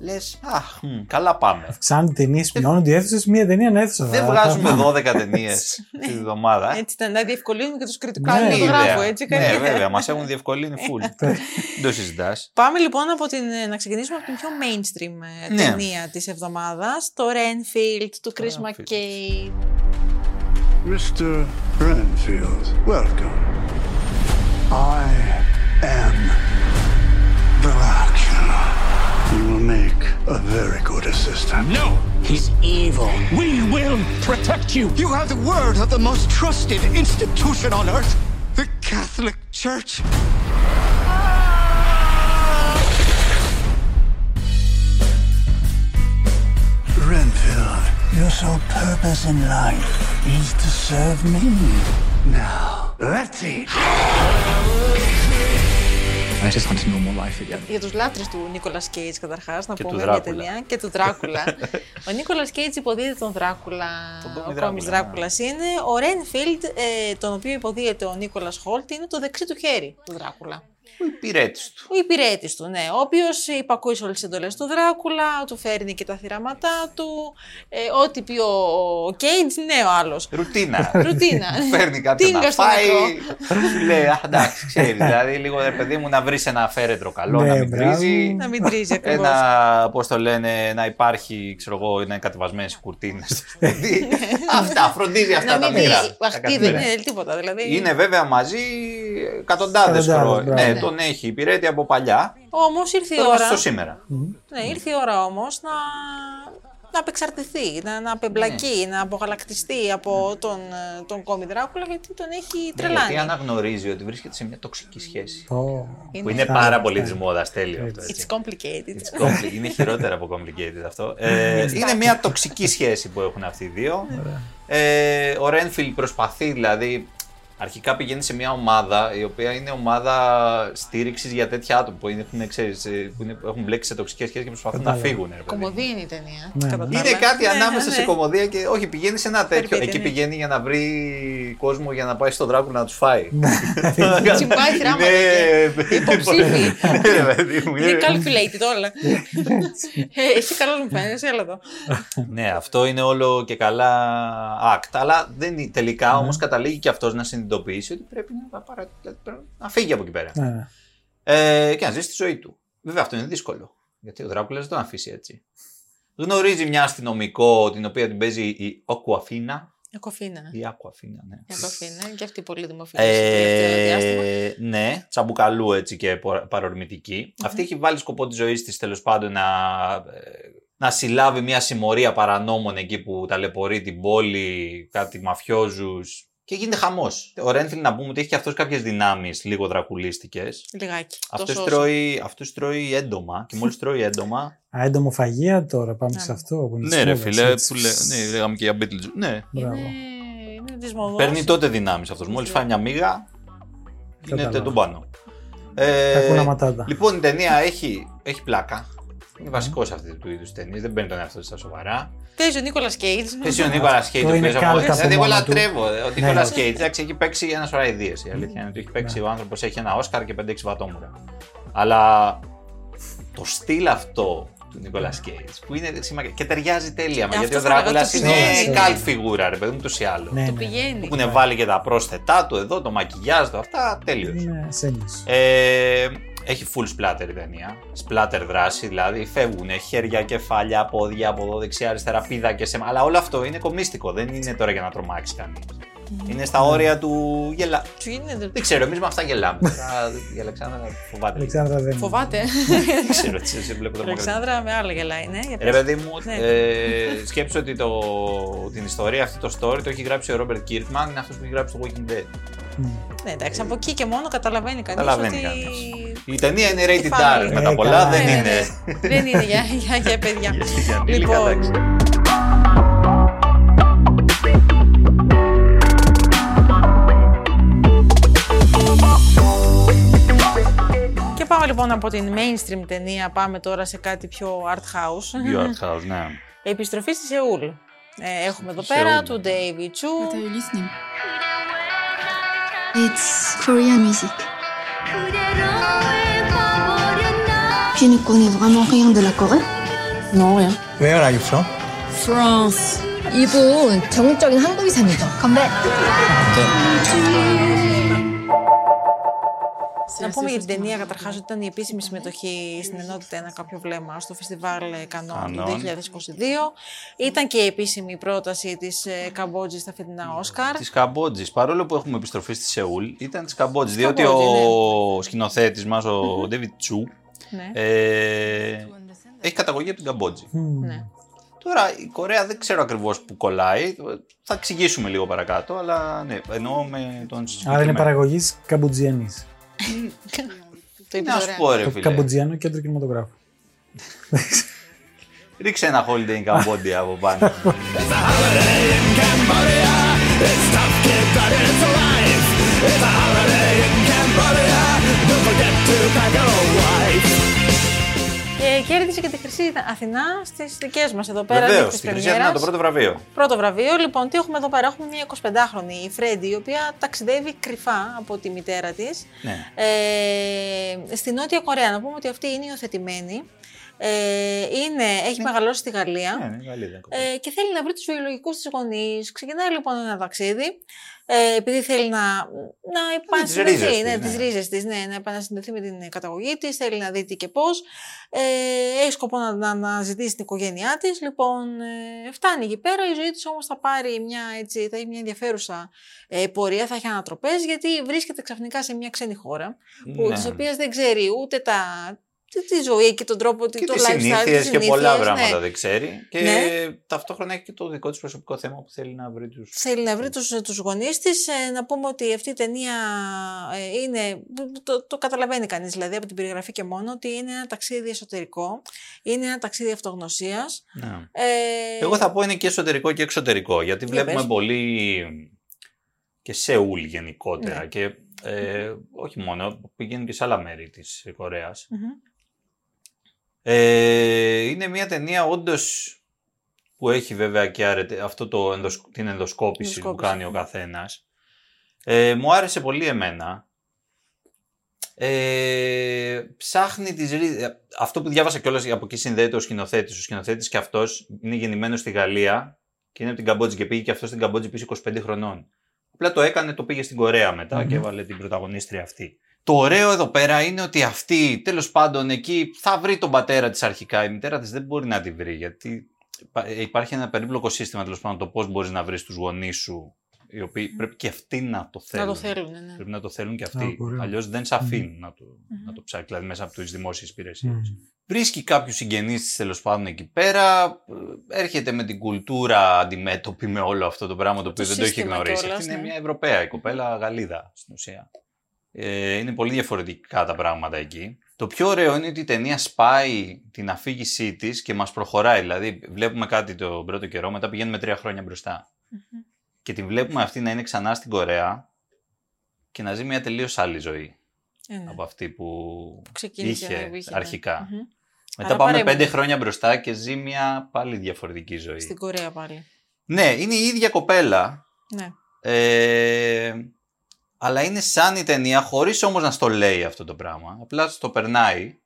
S1: Λες, αχ, μ, καλά πάμε.
S2: Σαν ταινίες που μειώνονται οι αίθουσες, μία ταινία είναι αίθουσα.
S1: Ε, Δεν
S2: Θα-
S1: βγάζουμε
S2: θα-
S1: 12 ταινίε τη εβδομάδα.
S3: Έτσι, να- να διευκολύνουμε και τους κριτικούς
S2: Ναι,
S1: Καλή
S3: κινηματογράφου,
S1: ιδέα.
S3: έτσι.
S1: Ναι,
S3: καλύτερα.
S1: βέβαια, μας έχουν διευκολύνει full. Δεν το συζητάς.
S3: Πάμε λοιπόν από την, ε, να ξεκινήσουμε από την πιο mainstream ε,
S1: Ναι.
S3: ταινία της εβδομάδας, το Renfield του Chris
S1: Renfield.
S3: McKay.
S5: Mr. Renfield, welcome. I am Dracula. You will make a very good assistant.
S6: No! He's evil. We will protect you.
S5: You have the word of the most trusted institution on earth, the Catholic Church. Renfield, your sole purpose in life is to serve me. Now, let's eat.
S6: I just want a normal life again.
S3: Για τους λάτρεις του Nicolas Cage καταρχάς, να
S1: Και του
S3: πούμε μια
S1: Δράκουλα.
S3: ταινία και του Δράκουλα. ο Nicolas Cage υποδίδει τον Δράκουλα,
S1: Τον Κόμι
S3: ο Κόμις
S1: Δράκουλα, ναι.
S3: Δράκουλας είναι. Ο Renfield, ε, τον οποίο υποδίδεται ο Nicolas Holt, είναι το δεξί του χέρι του Δράκουλα.
S1: Ο υπηρέτης του.
S3: Ο υπηρέτης του, ναι. Ο οποίος υπακούει σε όλες τις εντολές του Δράκουλα, του φέρνει και τα θύραματά του. Ε, ό,τι πει ο ο Κέιντ, ναι, ο άλλος.
S1: Ρουτίνα.
S3: Ρουτίνα.
S1: Φέρνει κάποιον
S3: Τίνγκα
S1: να
S3: στο
S1: φάει.
S3: νεκρό.
S1: Σου λέει, «Α, εντάξει, ξέρεις. Δηλαδή, λίγο ρε παιδί μου να βρεις ένα φέρετρο καλό, να
S2: Ναι,
S1: μην
S2: μπράβο.
S1: τρίζει.
S3: Να μην τρίζει ακριβώ.
S1: Ένα, πώς το λένε, να υπάρχει, ξέρω εγώ, να είναι κατεβασμένες κουρτίνες στο σπίτι. αυτά, φροντίζει αυτά
S3: Να
S1: τα
S3: μην πει
S1: μικρά. τα
S3: αχτίδι,
S1: καθημερινά.
S3: δεν είναι τίποτα. Δηλαδή.
S1: Είναι βέβαια μαζί εκατοντάδες
S2: Εκατοντάδες,
S1: χρόνια.
S2: μπράβο.
S1: Ναι,
S2: Ναι.
S1: τον έχει υπηρέτη από παλιά.
S3: Όμως ήρθε η
S1: Τώρα
S3: ώρα.
S1: στο σήμερα.
S3: Ναι, ήρθε η ώρα όμως να να απεξαρτηθεί, να, να
S1: Ναι.
S3: απεμπλακεί, να απογαλακτιστεί από τον, ε, τον κόμι Δράκουλα γιατί τον έχει τρελάνει.
S1: Ναι, Γιατί αναγνωρίζει ότι βρίσκεται σε μια τοξική σχέση.
S2: Ω,
S1: Που είναι πάρα πολύ της μόδας, τέλειο αυτό. έτσι.
S3: It's complicated.
S1: It's compli- είναι χειρότερα από complicated αυτό. Ε, είναι μια τοξική σχέση που έχουν αυτοί οι δύο. Ε, ο Ρένφιλ προσπαθεί, δηλαδή, αρχικά πηγαίνει σε μια ομάδα η οποία είναι ομάδα στήριξης για τέτοια άτομα που, είναι, που, είναι, ξέρεις, ε, που είναι- έχουν μπλέξει σε τοξικές σχέσεις και προσπαθούν να
S2: Κατάλαβα.
S1: φύγουν. ρε παιδί μου.
S3: Κομμωδία είναι η ταινία.
S2: Ναι.
S3: κατά τα
S1: Είναι
S3: άλλα.
S1: κάτι
S3: Ναι,
S1: ανάμεσα
S3: ναι.
S1: σε κομμωδία και όχι, πηγαίνει σε ένα τέτοιο.
S3: Περιπέτεια,
S1: Εκεί
S3: ναι.
S1: πηγαίνει για να βρει κόσμο για να πάει στον Δράκουλα να τους φάει.
S3: Τσιμπάει θράματα
S1: Είναι-
S3: Υποψήφοι.
S1: Ναι, ρε παιδί μου,
S3: Είναι
S1: είναι-
S3: calculated όλα. Ε, Εσύ καλό μου φαίνεσαι, έλα εδώ.
S1: Ναι, αυτό είναι όλο και καλά act. Αλλά δεν, είναι- τελικά όμως καταλήγει και αυτός να συνειδητοποιήσει ότι πρέπει να, παρα- δηλαδή πρέπει να φύγει από εκεί πέρα.
S2: ναι, ναι.
S1: Ε, και να ζήσει τη ζωή του. Βέβαια αυτό είναι δύσκολο. Γιατί ο Δράκουλας δεν τον αφήσει έτσι. Γνωρίζει μια αστυνομικό την οποία την παίζει η Ακουαφίνα.
S3: Η Ε, κοφίνα.
S1: Η Ακουαφίνα, ναι.
S3: Η κοφίνα και αυτή πολύ δημοφιλής.
S1: Ε, ναι, τσαμπουκαλού έτσι και πο- παρορμητική. Αυτή έχει βάλει σκοπό της ζωής της τέλος πάντων να, ε, να συλλάβει μια συμμορία παρανόμων εκεί που ταλαιπωρεί την πόλη, κάτι μαφιόζους. Και γίνεται χαμός. Ο Ρένφιλ να πούμε ότι έχει και αυτός κάποιες δυνάμεις λίγο δρακουλίστικες.
S3: Λιγάκι. τόσο
S1: Αυτό
S3: όσο.
S1: τρώει, αυτός τρώει έντομα. Και μόλις τρώει έντομα.
S2: Α, εντομοφαγία τώρα, πάμε
S3: Ναι.
S2: σε αυτό. που είναι
S1: ναι,
S2: της
S1: ρε
S2: μόδας,
S1: φίλε,
S2: έτσι.
S1: που λέ- ναι, λέγαμε και για Beatles. Ναι.
S2: Μπράβο.
S3: Είναι- Είναι δυσμοδός.
S1: Παίρνει τότε δυνάμεις αυτός. Μόλις φάει μια μίγα, γίνεται
S2: Κατάλαβα.
S1: τον πάνω.
S2: Τα
S1: Ε,
S2: κούνα ματάτα.
S1: Λοιπόν, η ταινία έχει, έχει πλάκα.
S2: Ναι.
S1: Είναι βασικό σε αυτή του είδους ταινία. Δεν παίρνει τον εαυτό της στα σοβαρά.
S3: Παίζει ο Νίκολας Κέιτ.
S2: Ναι,
S1: Εσύ ο Νίκολας Κέιτ, ο
S2: είναι
S1: οποίος
S2: κάλτα από
S1: Δηλαδή, εγώ
S2: μόνο του.
S1: λατρεύω. Ο Νίκολας
S2: ναι.
S1: Κέιτ εντάξει, έχει παίξει ένα σωρά ιδίε. Η αλήθεια είναι ότι έχει παίξει. Ο άνθρωπος έχει ένα Όσκαρ και 5-6 βατόμουρα. Αλλά το στυλ αυτό του Νίκολας Κέιτ που είναι σήμερα και ταιριάζει τέλεια με.
S3: Ε,
S1: Γιατί ο
S3: αυτό θα
S1: Δράκουλα
S3: λέγα, το
S1: είναι
S2: πηγαίνει.
S1: καλ φιγούρα, ρε παιδί μου, ούτως ή άλλο.
S2: Ναι,
S3: Λοιπόν, Το
S2: ναι.
S3: πηγαίνει.
S1: Που είναι βάλει και τα πρόσθετά του εδώ, το μακιγιάζ του, αυτά τέλειο.
S2: Είναι σένιος.
S1: Ε, έχει full splatter η ταινία. Splatter δράση, δηλαδή φεύγουν χέρια, κεφάλια, πόδια από εδώ, δεξιά, αριστερά, πίδακε. σε- Αλλά όλο αυτό είναι κομίστικο. Δεν είναι τώρα για να τρομάξει κανείς.
S3: Ναι.
S1: Είναι
S2: Ναι.
S1: στα όρια του γελά.
S3: Σου γίνεται.
S1: Δεν ξέρω, εμείς με αυτά γελάμε. Τώρα, Η Αλεξάνδρα φοβάται.
S2: Ναι. Αλεξάνδρα δεν
S3: Φοβάται.
S1: Δεν ξέρω, έτσι, σε βλέπω
S3: Η
S1: το μακρύ.
S3: Αλεξάνδρα με άλλα γελάει, ναι. για
S1: Ρε
S3: πες.
S1: παιδί μου,
S3: Ναι.
S1: ε, σκέψου ότι το, την ιστορία αυτή, το story, το έχει γράψει ο Ρόμπερτ Κίρκμαν, είναι αυτός που έχει γράψει το Walking Dead.
S3: Ναι, εντάξει, από εκεί και μόνο καταλαβαίνει κανείς.
S1: Καταλαβαίνει
S3: ότι...
S1: κανείς. Η ταινία είναι
S3: Η
S1: rated
S3: family.
S1: R, μετά
S2: Ε,
S1: πολλά
S2: καλά.
S1: δεν
S3: Ναι, ναι,
S1: είναι.
S3: ναι. Δεν είναι για, για, για παιδιά. Λοιπόν,
S1: για ανήλικα, εντάξει.
S3: Και πάμε λοιπόν από την mainstream ταινία, πάμε τώρα σε κάτι πιο art house.
S1: You are house, ναι.
S3: Επιστροφή στη Σεούλ. Ε, έχουμε εδώ
S1: Σεούλ,
S3: πέρα
S1: ναι.
S3: του David
S7: What are
S3: Chu.
S7: you listening?
S8: It's Korean music.
S9: Where
S8: Je ne connais vraiment rien de la Corée.
S7: Non, rien.
S9: are you from?
S7: France. 일본 전국적인 한국이 삽니다.
S9: Come back.
S3: Να πούμε για την ταινία καταρχάς ότι ήταν η επίσημη συμμετοχή στην ενότητα ένα κάποιο βλέμμα στο φεστιβάλ ε, Κανών του
S1: Κανών.
S3: 2022. Ήταν και η επίσημη πρόταση της ε, Καμπότζης στα
S1: Ναι.
S3: φετινά Όσκαρ.
S1: Της Καμπότζης. Παρόλο που έχουμε επιστροφή στη Σεούλ, ήταν της Καμπότζης. Διότι
S3: Καμπότζης,
S2: ναι.
S1: ο σκηνοθέτης μας, ο Ντέβιτ Τσου,
S3: Ναι.
S2: Ε.
S1: ε, έχει καταγωγή από την Καμπότζη.
S3: ναι.
S1: Τώρα η Κορέα δεν ξέρω ακριβώς που κολλάει. Θα εξηγήσουμε λίγο παρακάτω, αλλά ναι, εννοώ με τον
S2: Άρα είναι
S1: συγκεκριμένο.
S2: παραγωγής Καμπουτζιανή.
S3: Το
S1: Τι
S3: είπες
S1: να
S3: ωραία.
S1: σου πω, ρε
S2: Το
S1: Ε, φίλε.
S2: Καμπουτζιανό Κέντρο Κινηματογράφου.
S1: Ρίξε ένα holiday in Cambodia από πάνω.
S3: Και Ε, κέρδισε και τη Χρυσή Αθηνά στις δικές μας εδώ πέρα.
S1: Βεβαίως,
S3: δείκτες
S1: στην Χρυσή
S3: πρεμιέρας.
S1: Αθήνα το πρώτο βραβείο.
S3: Πρώτο βραβείο, λοιπόν, τι έχουμε εδώ πέρα. Έχουμε μια 25χρονη, η Φρέντι, η οποία ταξιδεύει κρυφά από τη μητέρα της
S1: Ναι.
S3: ε, στη Νότια Κορέα. Να πούμε ότι αυτή είναι υιοθετημένη. Ε, είναι, έχει μεγαλώσει στη Γαλλία.
S1: Ναι, ναι, Γαλλίδα.
S3: Ε, και θέλει να βρει τους βιολογικούς της γονείς. Ξεκινάει λοιπόν ένα ταξίδι, ε, επειδή θέλει να, να
S1: ρίζες
S3: επανασυνδεθεί,
S1: της,
S3: ναι,
S1: ναι.
S3: τις ρίζες της, ναι, να επανασυνδεθεί με την καταγωγή της, θέλει να δει τι και πώς. Ε, έχει σκοπό να, να αναζητήσει την οικογένειά της, λοιπόν ε, φτάνει εκεί πέρα, η ζωή της όμως θα πάρει μια, έτσι, θα έχει μια ενδιαφέρουσα ε, πορεία, θα έχει ανατροπές, γιατί βρίσκεται ξαφνικά σε μια ξένη χώρα, που,
S1: Ναι.
S3: της οποίας δεν ξέρει ούτε τα τη, τη ζωή και τον τρόπο
S1: και
S3: το
S1: τις
S3: lifestyle,
S1: συνήθειες
S3: τις
S1: και πολλά
S3: συνήθειες,
S1: πράγματα
S3: ναι.
S1: δεν ξέρει. Και
S3: Ναι.
S1: ταυτόχρονα έχει και το δικό της προσωπικό θέμα που θέλει να βρει τους... Ναι.
S3: Θέλει να βρει τους, τους γονείς της. Ε, να πούμε ότι αυτή η ταινία ε, είναι, το, το καταλαβαίνει κανείς δηλαδή από την περιγραφή και μόνο, ότι είναι ένα ταξίδι εσωτερικό, είναι ένα ταξίδι αυτογνωσίας.
S1: Ναι.
S3: Ε,
S1: Εγώ θα πω είναι και εσωτερικό και εξωτερικό, γιατί
S3: Για
S1: βλέπουμε
S3: πες.
S1: πολύ και Σεούλ γενικότερα
S3: Ναι.
S1: και ε, όχι μόνο, πηγαίνουν και σε άλλα μέρη της Κορέας.
S3: μμμ.
S1: Ε, είναι μια ταινία όντως που έχει βέβαια και άρετε, αυτό το ενδοσκ- την ενδοσκόπηση που
S3: Ενδοσκόπηση.
S1: κάνει ο καθένας. Ε, μου άρεσε πολύ εμένα. Ε, ψάχνει τις ρί- ε, Αυτό που διάβασα κιόλας από εκεί συνδέεται ο σκηνοθέτης. Ο σκηνοθέτης και αυτός είναι γεννημένος στη Γαλλία και είναι από την Καμπότζη και πήγε και αυτός στην Καμπότζη πίσω 25 χρονών. Απλά το έκανε, το πήγε στην Κορέα μετά και έβαλε την πρωταγωνίστρια αυτή. Το ωραίο εδώ πέρα είναι ότι αυτή τέλος πάντων εκεί θα βρει τον πατέρα της αρχικά. Η μητέρα της δεν μπορεί να τη βρει γιατί υπά- ε, υπάρχει ένα περίπλοκο σύστημα τέλος πάντων το πώς μπορείς να βρεις τους γονείς σου οι οποίοι πρέπει και αυτοί να το
S3: Να
S1: θέλουν.
S3: το θέλουν, ναι.
S1: Πρέπει να το θέλουν και
S2: Α,
S1: αυτοί.
S2: ωραίο.
S1: Αλλιώς δεν σε αφηνουν να, το,
S3: Μμμ.
S1: να το ψάξει, δηλαδή μέσα από τις δημόσιες υπηρεσίες.
S2: Μμμ.
S1: Βρίσκει κάποιου συγγενεί της τέλος πάντων εκεί πέρα. ε, Έρχεται με την κουλτούρα αντιμέτωπη με όλο αυτό το πράγμα το οποίο δεν το έχει
S3: σύστημα
S1: γνωρίσει.
S3: κιόλας,
S1: Αυτή είναι
S3: ναι.
S1: μια Ευρωπαία η κοπέλα, Γαλλίδα στην ουσία. Ε, είναι πολύ διαφορετικά τα πράγματα εκεί. Το πιο ωραίο είναι ότι η ταινία σπάει την αφήγησή της και μας προχωράει. Δηλαδή, βλέπουμε κάτι τον πρώτο καιρό, μετά πηγαίνουμε τρία χρόνια μπροστά. Και τη βλέπουμε αυτή να είναι ξανά στην Κορέα και να ζει μια τελείως άλλη ζωή
S3: Ε, ναι.
S1: από αυτή που
S3: Ξεκίνησε,
S1: είχε
S3: ναι, που είχε, ναι.
S1: αρχικά.
S3: Μμμ.
S1: Μετά
S3: Άρα
S1: πάμε
S3: παρέμεινε.
S1: πέντε χρόνια μπροστά και ζει μια πάλι διαφορετική ζωή.
S3: Στην Κορέα πάλι.
S1: Ναι, είναι η ίδια κοπέλα.
S3: Ναι.
S1: Ε, αλλά είναι σαν η ταινία, χωρίς όμως να στο λέει αυτό το πράγμα. Απλά στο περνάει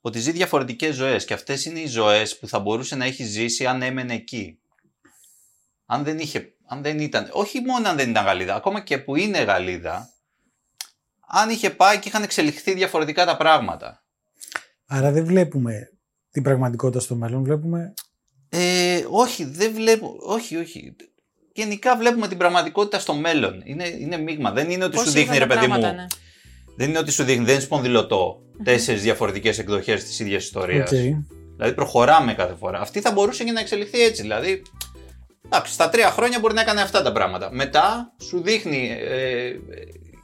S1: ότι ζει διαφορετικές ζωές. Και αυτές είναι οι ζωές που θα μπορούσε να έχει ζήσει αν έμενε εκεί. Αν δεν, είχε, αν δεν ήταν. Όχι μόνο αν δεν ήταν Γαλλίδα, ακόμα και που είναι Γαλλίδα. Αν είχε πάει και είχαν εξελιχθεί διαφορετικά τα πράγματα.
S2: Άρα δεν βλέπουμε την πραγματικότητα στο μέλλον, βλέπουμε.
S1: Ε, όχι, δεν βλέπω. Όχι, όχι. Γενικά βλέπουμε την πραγματικότητα στο μέλλον. Είναι, είναι μείγμα. Δεν είναι ότι
S3: Πώς
S1: σου δείχνει, ρε
S3: ήταν τα
S1: παιδί μου.
S3: πράγματα, ναι.
S1: Δεν είναι ότι σου δείχνει, δεν είναι σπονδυλωτό. Τέσσερις διαφορετικές εκδοχές της ίδιας ιστορίας.
S2: Οκ.
S1: Δηλαδή προχωράμε κάθε φορά. Αυτή θα μπορούσε και να εξελιχθεί έτσι. Δηλαδή, εντάξει, στα τρία χρόνια μπορεί να έκανε αυτά τα πράγματα. Μετά σου δείχνει. Ε, ε,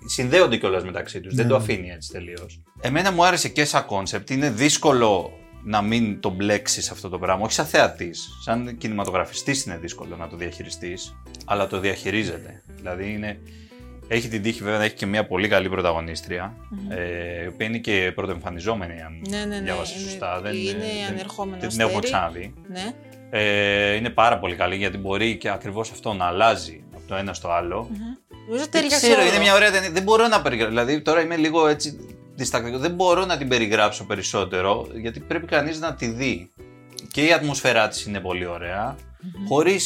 S1: συνδέονται κιόλας μεταξύ τους. Δεν
S2: Ναι.
S1: το αφήνει έτσι τελείως. Εμένα μου άρεσε και σαν κόνσεπτ. Είναι δύσκολο να μην το μπλέξεις αυτό το πράγμα. Όχι σαν θεατής. Σαν κινηματογραφιστής είναι δύσκολο να το διαχειριστείς. Αλλά το διαχειρίζεται. Δηλαδή είναι. Έχει την τύχη βέβαια να έχει και μια πολύ καλή πρωταγωνίστρια, ε, η οποία είναι και πρωτοεμφανιζόμενη, αν
S3: Ναι, ναι, ναι.
S1: διάβασα
S3: Είναι-
S1: σωστά.
S3: είναι
S1: δεν-
S3: ανερχόμενο
S1: Δεν την έχω
S3: αστέρι.
S1: ξαναδεί.
S3: Ναι.
S1: Ε, είναι πάρα πολύ καλή γιατί μπορεί και ακριβώς αυτό να αλλάζει από το ένα στο άλλο.
S3: Νομίζω
S1: Δεν
S3: ταιριάζει
S1: Ε, ξέρω,
S3: όλο.
S1: είναι μια ωραία ταινία. Δεν μπορώ να περιγράψω. Δηλαδή τώρα είμαι λίγο έτσι διστακτικό. Δεν μπορώ να την περιγράψω περισσότερο γιατί πρέπει κανείς να τη δει. Και η ατμόσφαιρά της είναι πολύ ωραία. Χωρί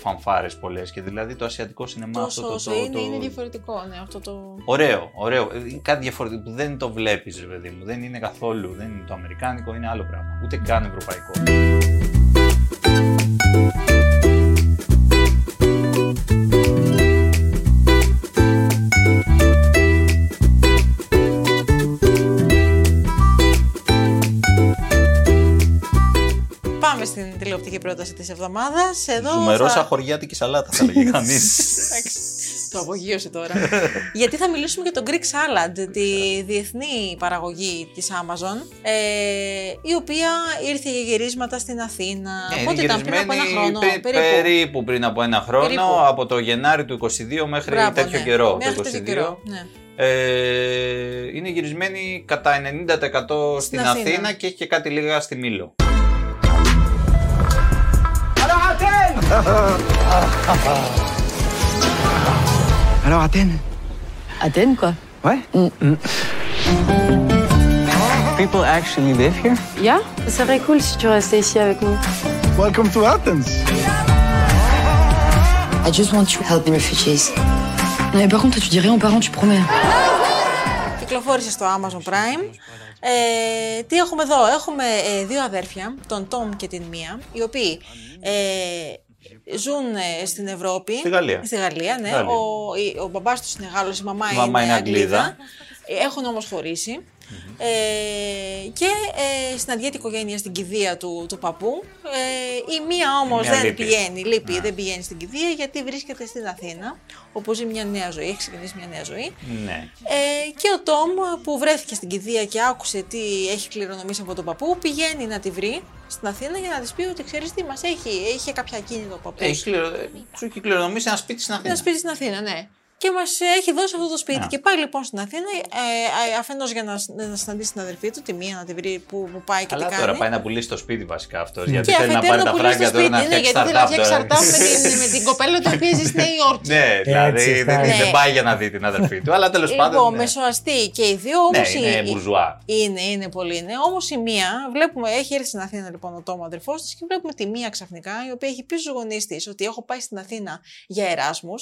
S1: φανφάρες πολλές και δηλαδή το ασιατικό σινεμά
S3: Τόσο
S1: αυτό το.
S3: όσο
S1: το,
S3: είναι,
S1: το-
S3: είναι διαφορετικό. Ναι, αυτό το...
S1: Ωραίο, ωραίο. Ε, είναι Κάτι διαφορετικό που δεν το βλέπεις, ρε παιδί μου. Δεν είναι καθόλου. Δεν είναι το αμερικάνικο, είναι άλλο πράγμα. Ούτε καν ευρωπαϊκό.
S3: Πάμε στην τηλεοπτική πρόταση της εβδομάδας. Εδώ
S1: Ζουμερόσα
S3: θα-
S1: χωριάτικη σαλάτα, θα λέγει κανείς.
S3: Εντάξει, Το απογείωσε τώρα. Γιατί θα μιλήσουμε για το Greek Salad, τη διεθνή παραγωγή της Amazon, ε, η οποία ήρθε για γυρίσματα στην Αθήνα.
S1: Ε,
S3: Πότε ήταν, πριν από ένα χρόνο,
S1: περίπου.
S3: περίπου.
S1: πριν από ένα χρόνο,
S3: Περίπου.
S1: από το Γενάρη του 22 μέχρι
S3: Μπράβο,
S1: τέτοιο
S3: ναι.
S1: καιρό.
S3: Μέχρι
S1: το
S3: τέτοιο
S1: 22.
S3: καιρό, ναι.
S1: Ε, είναι γυρισμένη κατά 90% στην,
S3: Στην
S1: Αθήνα.
S3: Αθήνα.
S1: και έχει και κάτι λίγα στη Μήλο.
S5: Alors Athènes
S7: Athènes, quoi.
S5: Ouais People actually live here
S7: Yeah Ça serait cool si tu restais ici avec nous.
S5: Welcome to Athens
S10: I just want to help the refugees.
S7: Non, mais par contre, toi, tu dirais aux parents, tu promets.
S3: Κυκλοφόρησε στο Amazon Prime. Ε, τι έχουμε εδώ, έχουμε ε, δύο αδέρφια, τον Τόμ και την Μία, οι οποίοι ε, ζουν ε, στην Ευρώπη.
S1: Στη Γαλλία.
S3: Στη Γαλλία, ναι.
S1: Γάλλοι.
S3: Ο, η- ο μπαμπάς τους είναι Γάλλος, η μαμά,
S1: Η μαμά
S3: είναι
S1: είναι Αγγλίδα.
S3: Αγγλίδα. Έχουν όμως χωρίσει. Ε, και ε, συναντιέται η οικογένεια στην κηδεία του, του παππού. Ε, η μία όμως
S1: Η μία
S3: δεν
S1: λείπει.
S3: πηγαίνει, λείπει,
S1: Ναι.
S3: δεν πηγαίνει στην κηδεία γιατί βρίσκεται στην Αθήνα, όπου ζει μια νέα ζωή, έχει ξεκινήσει μια νέα ζωή.
S1: Ναι.
S3: Ε, και ο Τόμ που βρέθηκε στην κηδεία και άκουσε τι έχει κληρονομήσει από τον παππού, πηγαίνει να τη βρει στην Αθήνα για να της πει ότι ξέρεις τι μας έχει. Είχε κάποια κίνητο ο παππούς.
S1: Ε, Έχει κληρο- Σου έχει κληρονομήσει ένα σπίτι στην Αθήνα.
S3: Ένα σπίτι στην Αθήνα, ναι. Και μας έχει δώσει αυτό το σπίτι.
S1: Να.
S3: Και πάει λοιπόν στην Αθήνα, ε, αφενός για να, σ- να συναντήσει την αδερφή του, τη μία να τη βρει που, που πάει και
S1: Καλά
S3: τι κάνει.
S1: τώρα πάει να πουλήσει το σπίτι βασικά αυτός.
S2: Και
S1: Γιατί
S3: και
S1: θέλει να
S3: αφετέρου
S1: πάρει τα
S3: πουλήσει το
S1: φράγκα τώρα
S3: σπίτι,
S1: να
S3: ναι,
S1: φτιάξει
S3: γιατί θέλει να φτιάξει
S1: startup
S3: startup
S1: τώρα.
S3: με την, με την κοπέλα την οποία ζει στη Νέα Υόρκη.
S1: Ναι, δηλαδή
S2: Έτσι,
S1: δεν,
S2: φτάνει.
S1: δεν
S3: Ναι.
S1: πάει για να δει την αδερφή του, αλλά τέλος
S3: Λοιπόν,
S1: πάντων. ναι.
S3: μεσοαστή και οι δύο όμως.
S1: Ναι, είναι μπουρζουά.
S3: Είναι, είναι πολύ. Είναι. Όμως η μία, βλέπουμε, έχει έρθει στην Αθήνα λοιπόν ο Τόμος αδερφός της και βλέπουμε τη μία ξαφνικά, η οποία έχει πει στους γονείς της ότι έχω πάει στην Αθήνα για Εράσμους.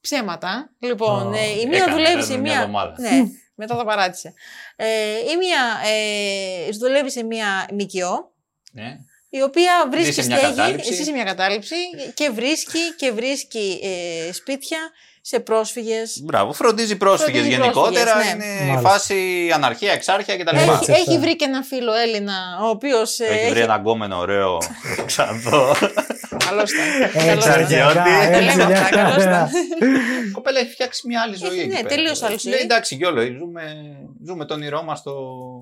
S3: Ψέματα. Λοιπόν,
S2: Α,
S3: ε, η μία
S1: έκανε,
S3: δουλεύει
S1: ήταν
S3: σε
S1: μια
S3: μία.
S1: εβδομάδα.
S3: Ναι, μετά τα παράτησε. Ε, η μία ε, δουλεύει σε μία ΜΚΟ,
S1: Ναι.
S3: η οποία βρίσκει
S1: σε μια
S3: στέγη,
S1: κατάληψη.
S3: εσύ σε μια κατάληψη και βρίσκει, και βρίσκει ε, σπίτια σε πρόσφυγες
S1: Μπράβο, φροντίζει πρόσφυγες
S3: Φροντίζει
S1: γενικότερα.
S3: πρόσφυγες, ναι.
S1: Είναι
S2: Μάλιστα.
S1: φάση αναρχία, εξάρχεια κτλ.
S2: Έχει-
S1: Έχει,
S2: Μάλιστα.
S3: Έχει, έχει
S2: αυτά.
S3: βρει και ένα φίλο Έλληνα, ο ε, οποίο.
S1: έχει βρει ένα γκόμενο ωραίο ξανθό.
S3: Καλό ήταν.
S2: Εξαρτιώτη.
S3: Καλός
S1: Εξαρτιώτη.
S2: ε,
S3: ήταν. Το λέμε αυτά,
S2: Εξαρτιώτη.
S3: καλός ήταν.
S1: Η κοπέλα έχει φτιάξει μια άλλη ζωή.
S3: ναι,
S1: εκεί πέρα.
S3: τελείως άλλη ζωή.
S1: Λέει, εντάξει, γιόλο, ζούμε, ζούμε το όνειρό μας στο.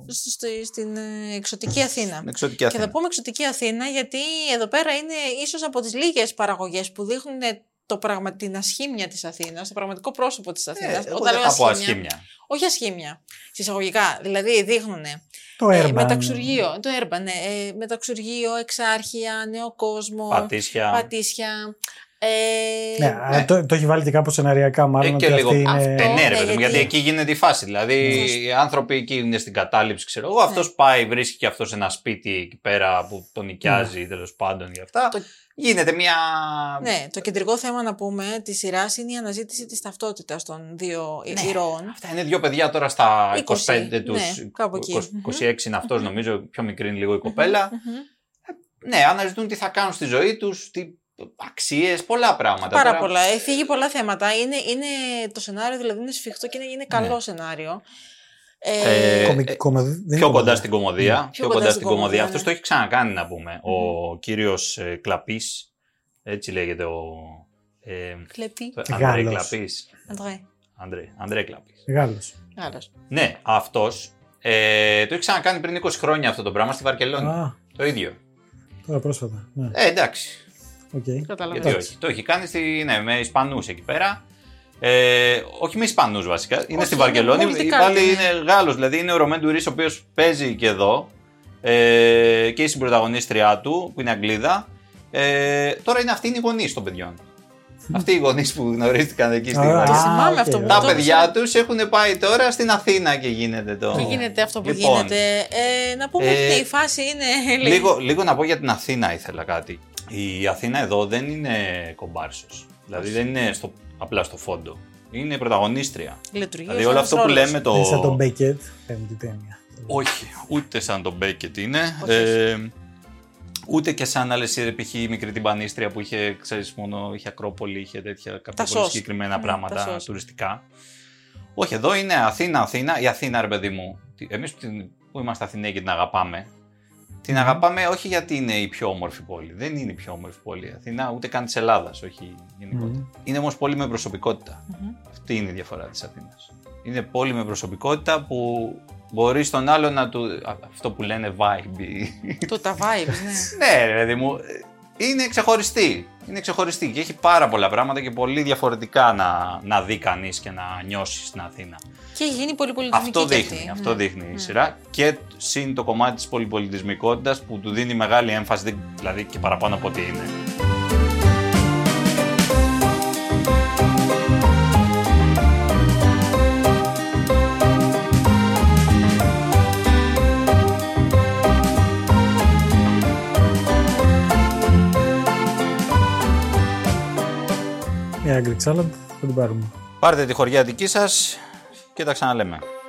S3: Στο- στη- Στην ε, εξωτική Αθήνα.
S1: στην εξωτική
S3: Και
S1: Αθήνα.
S3: θα πούμε εξωτική Αθήνα, γιατί εδώ πέρα είναι ίσως από τις λίγες παραγωγές που δείχνουν ε, το πραγμα... την ασχήμια της Αθήνας, το πραγματικό πρόσωπο της
S1: Ε,
S3: Αθήνας.
S1: εγώ δεν θα πω ασχήμια.
S3: Όχι ασχήμια. Συσσαγωγικά. Δηλαδή δείχνουν
S2: Το
S3: ε,
S2: Urban.
S3: μεταξουργείο, το urban, ναι, ε, μεταξουργείο, εξάρχεια, νέο κόσμο,
S1: Πατήσια.
S3: πατήσια. Ε,
S2: Ναι,
S1: Ναι.
S2: αλλά το, το έχει βάλει και κάπως σεναριακά, μάλλον.
S1: Ε, και
S2: ότι
S1: λίγο
S2: αυτή είναι...
S1: Ε, ναι, ρε
S3: Ναι,
S1: παιδί μου, γιατί
S3: γιατί
S1: εκεί γίνεται η φάση. Δηλαδή,
S3: Ναι.
S1: οι άνθρωποι εκεί είναι στην κατάληψη, ξέρω εγώ. Αυτός πάει, βρίσκει και αυτός ένα σπίτι εκεί πέρα που τον νοικιάζει τέλος πάντων για αυτά.
S3: Ναι. Το-
S1: Γίνεται μια.
S3: Ναι, το κεντρικό θέμα να πούμε της σειράς είναι η αναζήτηση της ταυτότητας των δύο ναι. ηρώων.
S1: Αυτά είναι δύο παιδιά τώρα στα
S3: 20,
S1: 25 του.
S3: ναι, κάπου εκεί.
S1: 26 είναι αυτός, νομίζω, πιο μικρή είναι λίγο η κοπέλα.
S3: Μμμ.
S1: Ναι, αναζητούν τι θα κάνουν στη ζωή τους, τι αξίες, πολλά πράγματα.
S3: Πάρα
S1: Τώρα-
S3: πολλά. ε, Φύγει πολλά θέματα. Είναι, είναι το σενάριο, δηλαδή είναι σφιχτό και είναι, είναι καλό σενάριο. Ε,
S1: Ναι. Ε,
S2: Κομικ-
S1: ε,
S2: κομωδ- δεν είναι Ναι.
S1: Πιο κοντά
S2: κομμωδία.
S1: στην κομμωδία. Πιο, κοντά στην κομμωδία.
S3: κομμωδία,
S1: Αυτός
S3: ναι.
S1: το έχει ξανακάνει να πούμε. Ο κύριο Κλαπής. Έτσι λέγεται ο. Ε,
S3: Κλέπτη.
S1: το- Ανδρέ
S2: Γάλλος.
S1: Κλαπής.
S3: Αντρέ.
S1: Ανδρέ, Ανδρέ Κλαπής.
S2: Γάλλος.
S3: Άλλος.
S1: Ναι, αυτός ε, το έχει ξανακάνει πριν 20 χρόνια αυτό το πράγμα στη Βαρκελόνη.
S2: Α,
S1: Το ίδιο.
S2: τώρα πρόσφατα. Ναι,
S1: Ε, εντάξει.
S2: οκ.
S3: Κατάλαβα.
S1: Γιατί
S2: Εντάξει.
S1: όχι. Το έχει κάνει στη, ναι, με Ισπανούς εκεί πέρα. Ε, όχι με Ισπανούς βασικά. Είναι
S3: Όχι,
S1: στη
S3: είναι
S1: Βαρκελόνη.
S3: πολιτικά,
S1: Πάλι
S3: ναι.
S1: είναι Γάλλος. Δηλαδή είναι ο Ρωμέν Τουρίς, ο οποίος παίζει και εδώ. Ε, και η συμπροταγωνίστριά του, που είναι Αγγλίδα. Ε, τώρα είναι αυτή είναι οι γονείς των παιδιών. Αυτοί οι γονείς που γνωρίστηκαν εκεί στη
S2: Α,
S3: Το
S1: Βαρκελόνη.
S3: θυμάμαι
S2: οκ, Ε,
S3: αυτό
S2: ωραία.
S3: που
S1: Τα
S3: το
S1: παιδιά
S3: έδωσα.
S1: τους έχουν πάει τώρα στην Αθήνα και γίνεται το.
S3: Και γίνεται αυτό που
S1: Λοιπόν.
S3: γίνεται. Ε, να πούμε
S1: Ε,
S3: ότι η φάση είναι.
S1: Λίγο, λίγο να πω για την Αθήνα ήθελα κάτι. Η Αθήνα εδώ δεν είναι κομπάρσος. Δηλαδή δεν είναι στο, απλά στο φόντο. Είναι πρωταγωνίστρια.
S3: Λειτουργεί
S1: δηλαδή
S3: ως
S1: όλο
S3: ένας
S1: αυτό που
S3: ρόλος.
S1: λέμε το...
S2: Δεν είναι ε, σαν τον Μπέκετ. Παίρνει την ταινία.
S1: Όχι, ούτε σαν τον Μπέκετ είναι.
S3: Όχι.
S1: Ε, ούτε και σαν άλλες π.χ. η μικρή τυμπανίστρια που είχε, ξέρεις, μόνο είχε Ακρόπολη, είχε τέτοια κάποια πολύ
S3: σως.
S1: συγκεκριμένα
S3: Ναι, τα
S1: πράγματα
S3: σως.
S1: τουριστικά. Όχι, εδώ είναι Αθήνα, Αθήνα. Η Αθήνα, ρε παιδί μου. Εμείς που είμαστε Αθηναίοι και την αγαπάμε, την αγαπάμε όχι γιατί είναι η πιο όμορφη πόλη. Δεν είναι η πιο όμορφη πόλη η Αθήνα, ούτε καν της Ελλάδας, όχι γενικότερα. Είναι όμως πόλη με προσωπικότητα. Αυτή είναι η διαφορά της Αθήνας. Είναι πόλη με προσωπικότητα που μπορεί στον άλλο να του. α, Αυτό που λένε vibe.
S3: Το τα vibes, ναι.
S1: ναι, ρε παιδί μου. Είναι ξεχωριστή. Είναι ξεχωριστή και έχει πάρα πολλά πράγματα και πολύ διαφορετικά να, να δει κανείς και να νιώσει στην Αθήνα.
S3: Και έχει γίνει πολύ πολιτισμική.
S1: Αυτό
S3: και
S1: δείχνει,
S3: αυτή.
S1: αυτό
S3: Ναι.
S1: δείχνει η σειρά. Και συν το κομμάτι της πολυπολιτισμικότητας που του δίνει μεγάλη έμφαση, δεν- δηλαδή και παραπάνω από ό,τι είναι.
S2: Η Άγγλικ Σάλαντ θα την πάρουμε.
S1: Πάρτε τη χωριά δική σας και τα ξαναλέμε.